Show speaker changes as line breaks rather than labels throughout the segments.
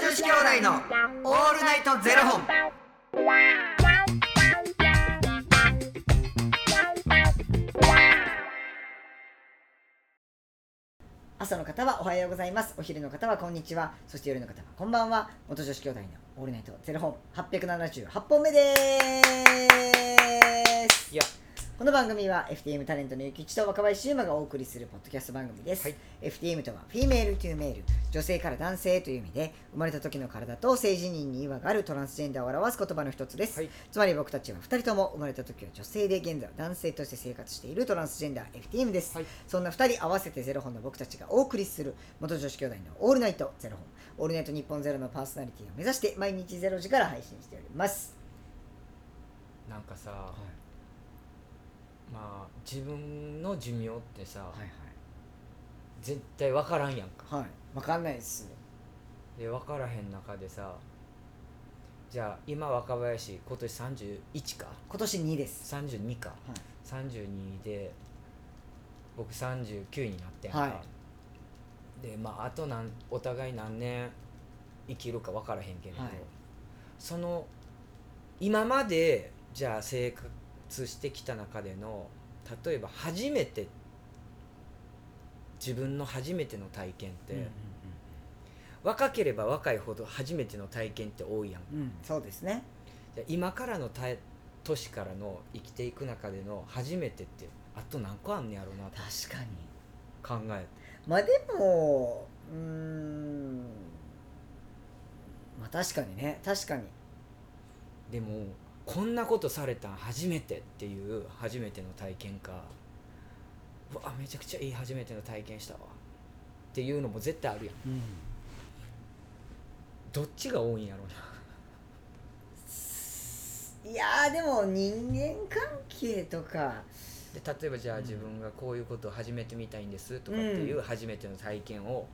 子兄弟のオールナイトゼロ本。
朝の方はおはようございますお昼の方はこんにちはそして夜の方はこんばんは元女子兄弟のオールナイトゼロ本878本目です
いや
この番組は FTM タレントのゆきちと若林優馬がお送りするポッドキャスト番組です、
はい
FTM とはフィメールというメール女性から男性という意味で生まれた時の体と性自認に違和があるトランスジェンダーを表す言葉の一つです、
はい
つまり僕たちは2人とも生まれた時は女性で現在は男性として生活しているトランスジェンダー FTM です、
はい
そんな2人合わせてゼロ本の僕たちがお送りする元女子兄弟のオールナイトゼロ本オールナイト日本ゼロのパーソナリティを目指して毎日ゼロ時から配信しております
なんかさ、
は
まあ自分の寿命ってさ、
いはい
絶対分からんやんか
はい分かんないです
で分からへん中でさじゃあ今若林今年31か
今年2です
32か
はい
32で僕39になってんか、
はい
でまああとなんお互い何年生きるか分からへんけれど、
はい
その今までじゃあ生活してきた中での例えば初めて自分の初めての体験って、若ければ若いほど初めての体験って多いやん
うん、そうですね
じゃあ今からのたい年からの生きていく中での初めてってあと何個あんねやろうなって
確かに
考え
まあでもうーんまあ確かにね確かに
でもこんなことされたん初めてっていう初めての体験かうわめちゃくちゃいい初めての体験したわっていうのも絶対あるやん
うん
どっちが多いんやろうない
やーでも人間関係とか
で例えばじゃあ
うん
自分がこういうことを始めてみたいんですとかっていううん初めての体験を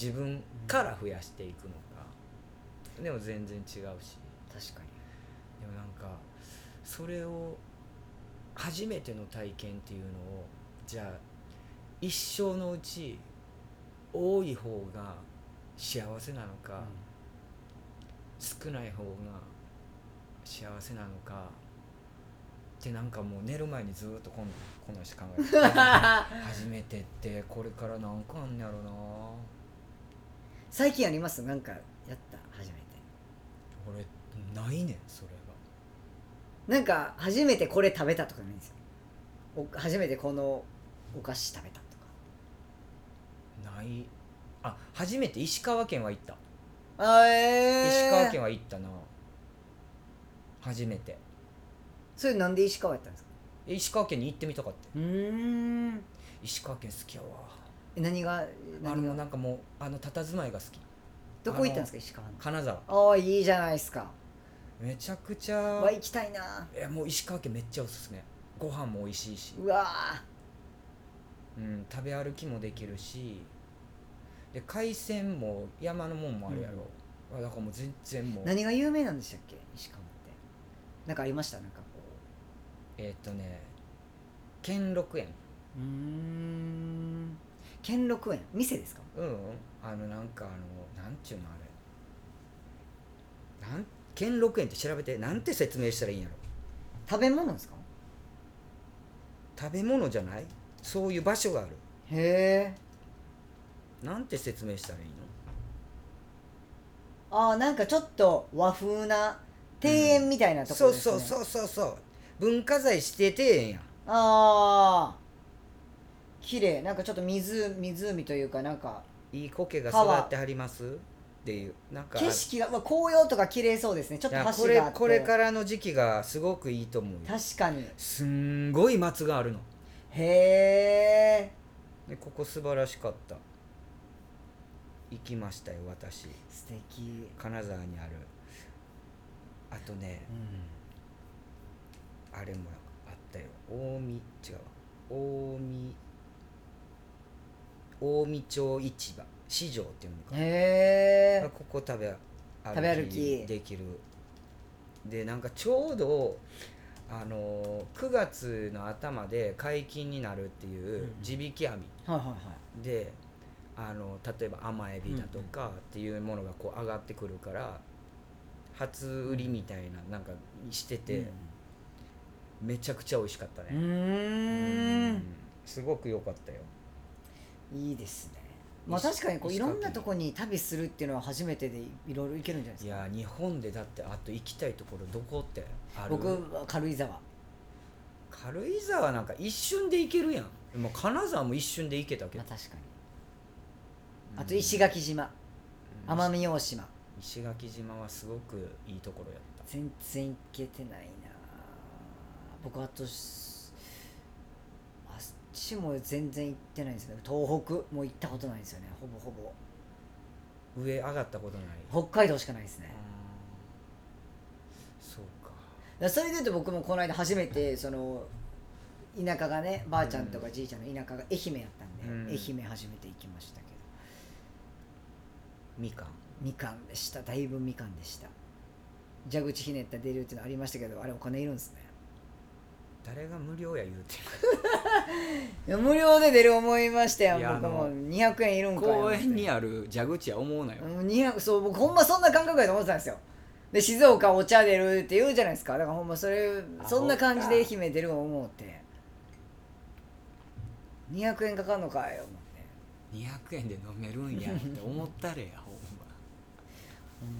自分から増やしていくのかでも全然違うし
確かに
でもなんかそれを初めての体験っていうのをじゃあ一生のうち多い方が幸せなのか、少ない方が幸せなのかってなんかもう寝る前にずっとこのこの話考えて初めてってこれからなんかあんねやろな
最近ありますなんかやった初めて
俺ないねんそれが
なんか初めてこれ食べたとかないんですよお初めてこのお菓子食べたとか
ないあ初めて石川県は行った
あえ
石川県は行ったな初めて
それなんで石川やったんですか
え石川県に行ってみたかった
うーん
石川県好きやわ
え何が
あ
何
の
が
なんかもうあの佇まいが好き
どこ行ったんですか石川の
金沢
ああいいじゃないですか
めちゃくち
う
ゃ
わ行きたいな
えもう石川県めっちゃおすすめご飯も美味しいし、
うわ
うん、食べ歩きもできるしで海鮮も山のもんもあるやろ、あだからもう全然もう
何が有名なんでしたっけ石川ってなんかありましたなんかこ
えーっとね兼六園
ううーん兼六園店ですか
うんあのなんかあのなんちゅうのあれなん兼六園って調べてなんて説明したらいいんやろ
食べ物ですか
食べ物じゃないそういう場所がある
へえ
なんて説明したらいいの
あーなんかちょっと和風な庭園みたいなとこ
そ
ろ
う
です、ね
そうそうそうそう文化財指定庭園やん
ああ綺麗なんかちょっと湖湖というかなんか
いい苔が育ってはりますっていうなんか
景色がうわ紅葉とか綺麗そうですねちょっ
い
と
や
橋があって
これこれからの時期がすごくいいと思うよ
確かに
すんごい松があるの
へえ
でここ素晴らしかった行きましたよ私
素敵
金沢にあるあとね
うん
あれもあったよ近江違うわ近江近江町市場市場っていうのか
へ
あ
え
ここ食べ
食べ歩き
できるでなんかちょうどあのー9月の頭で解禁になるっていう
うん
地引き網
はいはいはい
で、あの例えば甘エビだとかっていうものがこう上がってくるから初売りみたいななんかしてて、めちゃくちゃ美味しかった
う
ね、
ーん
すごく良かったよ
いいですねまあ確かにこうい
石
ろ
川県
んなとこに旅するっていうのは初めてでいろいろ行けるんじゃない
い
ですか
や日本でだってあと行きたいところどこってある
僕は軽井沢
軽井沢なんか一瞬で行けるやんもう金沢も一瞬で行けたけ
ま
ど
あ、確かにあと石垣島
うん
奄美大島
石垣島はすごくいいところやった
全然行けてないな僕あとしあっちも全然行ってないんですけど東北も行ったことないんですよねほぼほ
上上がったことない
ぼ北海道しかないですね
あーそうか
だからそれで言うと僕もこの間初めてその田舎がねばあちゃんとかじいちゃんの田舎が愛媛やったんで、
うん
愛媛初めて行きましたけど
みかん
みかんでしただいぶみかんでした蛇口ひねった出るっていうのありましたけどあれお金いるんですね
誰が無料や言うて
いや無料で出る思いましたよ
いや
僕も
あの
200円いるんかい
公園にある蛇口は思うなよ、
うん200そう僕ほんまそんな感覚やと思ってたんですよで静岡お茶出るって言うじゃないですかだからほんまそれ
あ
そんな感じで愛媛出る思うて200円かかんのかい思って
200円で飲めるんやって思ったれや ほんま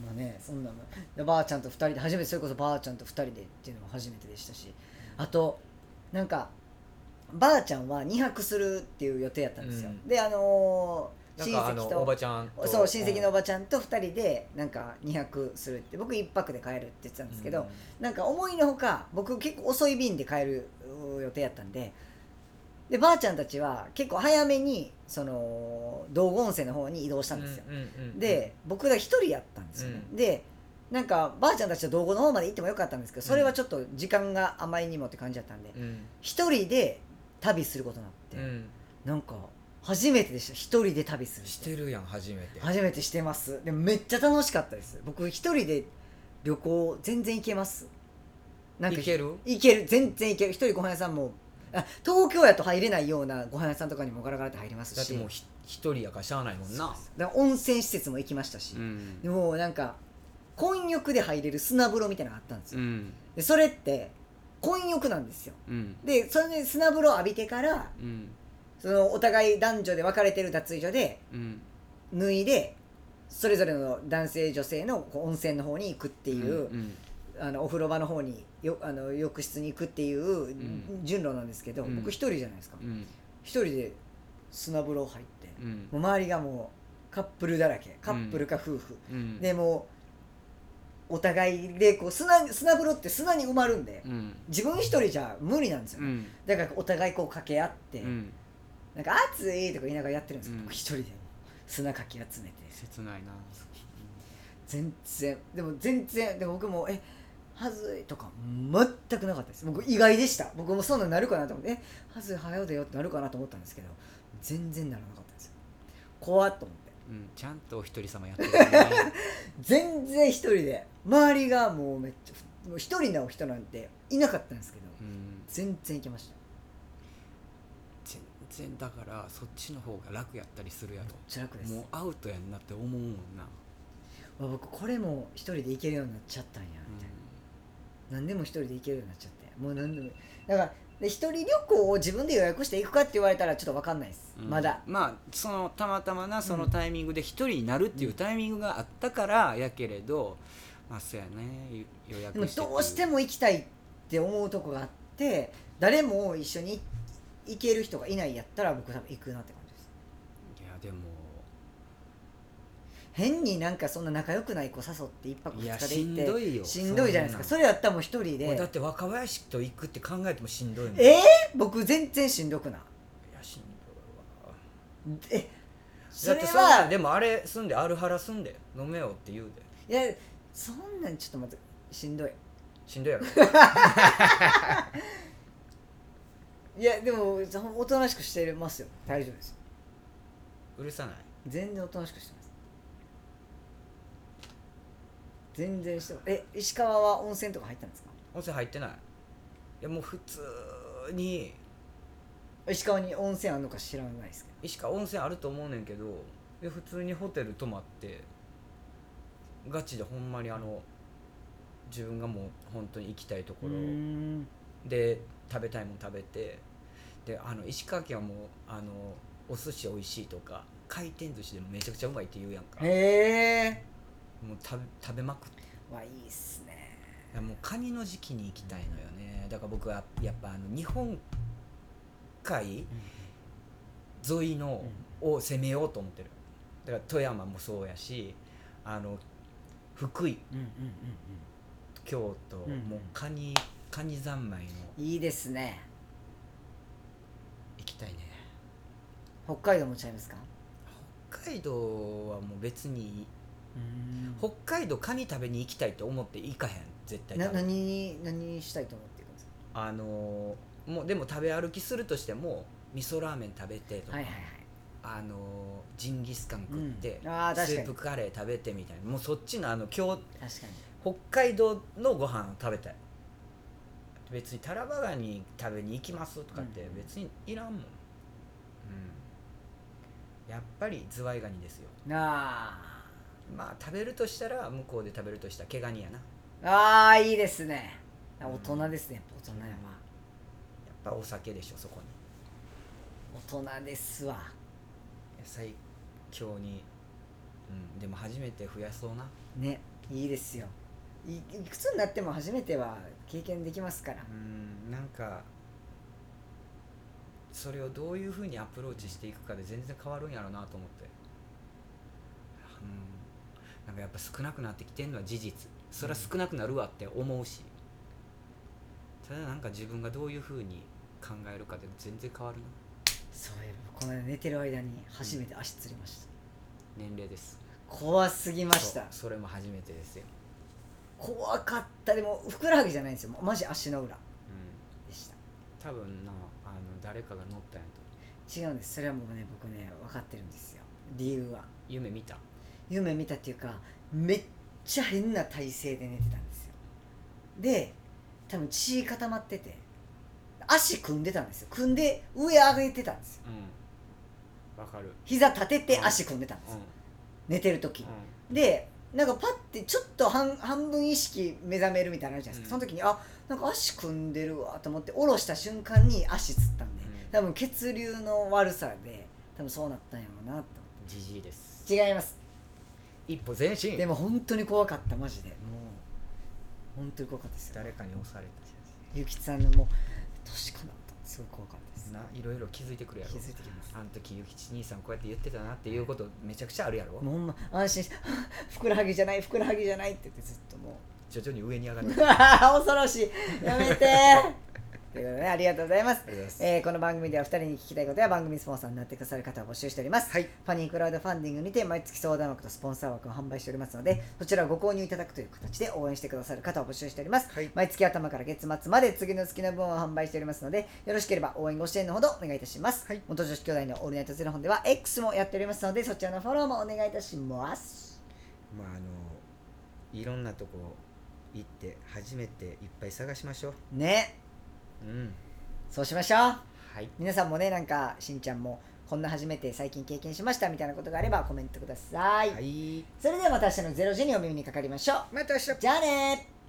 ほんまねそんなのでばあちゃんと2人で初めてそれこそばあちゃんと2人でっていうのも初めてでしたしあとなんかばあちゃんは2泊するっていう予定やったんですよ、
うん
であのー
なんかあのおばちゃんと
そう親戚のお
ば
ばちゃんと2人でなんか2泊するって僕1泊で帰るって言ってたんですけど、なんか思いのほか僕結構遅い便で帰るう予定やったんででばあちゃんたちは結構早めにその道後温泉の方に移動したんですよ、
うんうんうんうん
で僕が1人やったんですよね、
うん
でなんかばあちゃんたちと道後の方まで行ってもよかったんですけどそれはちょっと時間があまりにもって感じだったんで
うん
1人で旅することになって、
うん
なんか初めてでした1人で旅するって
してるやん初めて
初めてしてますでもめっちゃ楽しかったです僕一人で旅行全然行けますなんか
行ける
行ける全然行ける一人ご飯屋さんもあ東京やと入れないようなご飯屋さんとかにもガラガラって入りますし
だってもうひ一人やからしゃあないもんな
だから温泉施設も行きましたし、
ん
でもうなんか混浴で入れる砂風呂みたいなのがあったんですよ、
ん
でそれって混浴なんですよ
うん
でそれで砂風呂浴びてから
うん
そのお互い男女で別れてる脱衣所で
うん
脱いでそれぞれの男性女性のこう温泉の方に行くっていう、
ん
あのお風呂場の方によあの浴室に行くっていうん順路なんですけど、
うん
僕一人じゃないですか
ん
一、人で砂風呂入って、
うん
もう周りがもうカップルだらけカップルか夫婦、
うん
でもうお互いでこう砂砂風呂って砂に埋まるんで、
うん
自分一人じゃ無理なんですよ、
ん
だからお互いこう掛け合って、
ん
なんか「暑い!」とか言いながらやってるんです
う
よ、
ん
僕一人で砂かき集めて
切ないな
全然でも全然でも僕もえはずいとか全くなかったです僕意外でした僕もそんなんなるかなと思ってえはずい早うだよってなるかなと思ったんですけど全然ならなかったんですよ怖っと思って
うんちゃんとお一人様やって るね
全然一人で周りがもうめっちゃもう一人の人なんていなかったんですけど
うん
全然行けましためっ
全然だからそっちの方が楽やったりするやろ
ちゃ楽です
もうアウトやんなって思うもんな、
わ僕これも一人で行けるようになっちゃったんやみたいな、何でも一人で行けるようになっちゃってもう何でもだからで一人旅行を自分で予約して行くかって言われたらちょっと分かんないです、
うん
まだ
まあそのたまたまなそのタイミングで一人になるっていうタイミングがあったからやけれど、まあそうやね予
でも
約して
どうしても行きたいって思うとこがあって誰も一緒に行ける人がいないやったら僕多分行くなって感じです
いやでも
変になんかそんな仲良くない子誘って一泊
いや
二日で
し
行っ
ん
て
どいよ
しんどいじゃないですかそれやったらもう一人
もうだっ
で
て若林と行くって考えてもしんどいもん
えー、僕全然しんどくない
いやしんどい
え
わだ
そ
っ
れ
てそんな
は
んでもあれ住んでアルハラ住んで飲めよって言うで
いやそんなんちょっと待ってしんどい
しんどい やろ
いやでもおとなしくしてますよ大丈夫です
うるさない
全然おとなしくしてます全然してますえ石川は温泉とか入ったんですか
温泉入ってないいやもう普通に
石川に温泉あるのか知らないですけ
石川温泉あると思うねんけどで普通にホテル泊まってガチでほんまにあの自分がもう本当に行きたいとこ
ど
ろ
うん
で食べたいもん食べてであの石川県はもうあのお寿司美味しいとか回転寿司でもめちゃくちゃうまいって言うやんかもう
へえ
食べ食べまくって
わいいっすね
いやもうカニの時期に行きたいのよねだから僕はやっぱあの日本海沿いのを攻めようと思ってるだから富山もそうやしあの福井
うんうん
京都、
うんうん
もうカニカニ三昧の
うんいいですね
行きたいね
北海道もちゃいますか
北海道はもう別に北海道カニ食べに行きたいと思って行かへん絶対
な
多分
何に何にしたいと思っていくんです
あのーもうでも食べ歩きするとしても味噌ラーメン食べてと
か
か、
はいはい
あのージンギスカン食って、
うんあー確
ス
か
ー
に
プカレー食べてみたいなもうそっちのあの今日
はい確かに
北海道のご飯を食べたい別にタラバガニ食べに行きますとかって
うん
別にいらんもん、うんやっぱりズワイガニですよ
あ
まあ食べるとしたら向こうで食べるとしたら毛ガニやなや
ーあーいいですねあ
うん
大人ですねやっぱ大人やわ
っぱお酒でしょそこに
大人ですわ
最強にうんでも初めて増やそうな
ねいいですよいいくつになっても初めては経験できますから
うんなんかそれをどういうふうにアプローチしていくかで全然変わるんやろうなと思ってうんなんかやっぱ少なくなってきてんのは事実それは少なくなるわって思うし、ただなんか自分がどういうふうに考えるかで全然変わるな
そういえばこの間寝てる間に初めて足つりました
年齢です
怖すぎました
そうそれも初めてですよ、
怖かったでもふくらはぎじゃないんですよもうマジ足の裏
うん、
でした
多分なあの誰かが乗ったんやと
違うんですそれはもうね僕ね分かってるんですよ理由は
夢見た
夢見たっていうかめっちゃ変な体勢で寝てたんですよで多分血固まってて足組んでたんですよ組んで上上げてたんですよ
うんわかる
膝立てて足組んでたんですよ寝てる時
う
でなんかパッてちょっと半半分意識目覚めるみたいなのあるじゃないですか、
うん
その時にあなんか足組んでるわと思って下ろした瞬間に足つったんで、
うん
多分血流の悪さで多分そうなったんやろうなと思っ
んじじいです
て違います
一歩前進
でも本当に怖かったマジでもう本当に怖かったですよ
誰かに押され
ゆきさんのもう年かなったすごい怖かったです
たないろいろ気づいてくるやろ
気づいてきます
あの時ゆきち兄さんこうやって言ってたなっていうことめちゃくちゃあるやろ
もうほんま安心して ふくらはぎじゃないふくらはぎじゃないって言ってずっともう
徐々に上に上がる
うわー恐ろしいやめてーということでねありがとうございます
ありがとうございます
えーこの番組では2人に聞きたいことや番組スポンサーになってくださる方を募集しております、
はい
ファニークラウドファンディングにて毎月相談枠とスポンサー枠を販売しておりますのでそちらをご購入いただくという形で応援してくださる方を募集しております、
はい
毎月頭から月末まで次の月の分を販売しておりますのでよろしければ応援ご支援のほどお願いいたします、
はい
元女子兄弟のオールナイトゼロ本では X もやっておりますのでそちらのフォローもお願いいたします
まああのいろんなとこ行って初めていっぱい探しましょう
ね
うん
そうしましょう
はい
皆さんもねなんかしんちゃんもこんな初めて最近経験しましたみたいなことがあればコメントください、
はい
それではまた明日の0時にお耳にかかりましょう
また明日
じゃあねー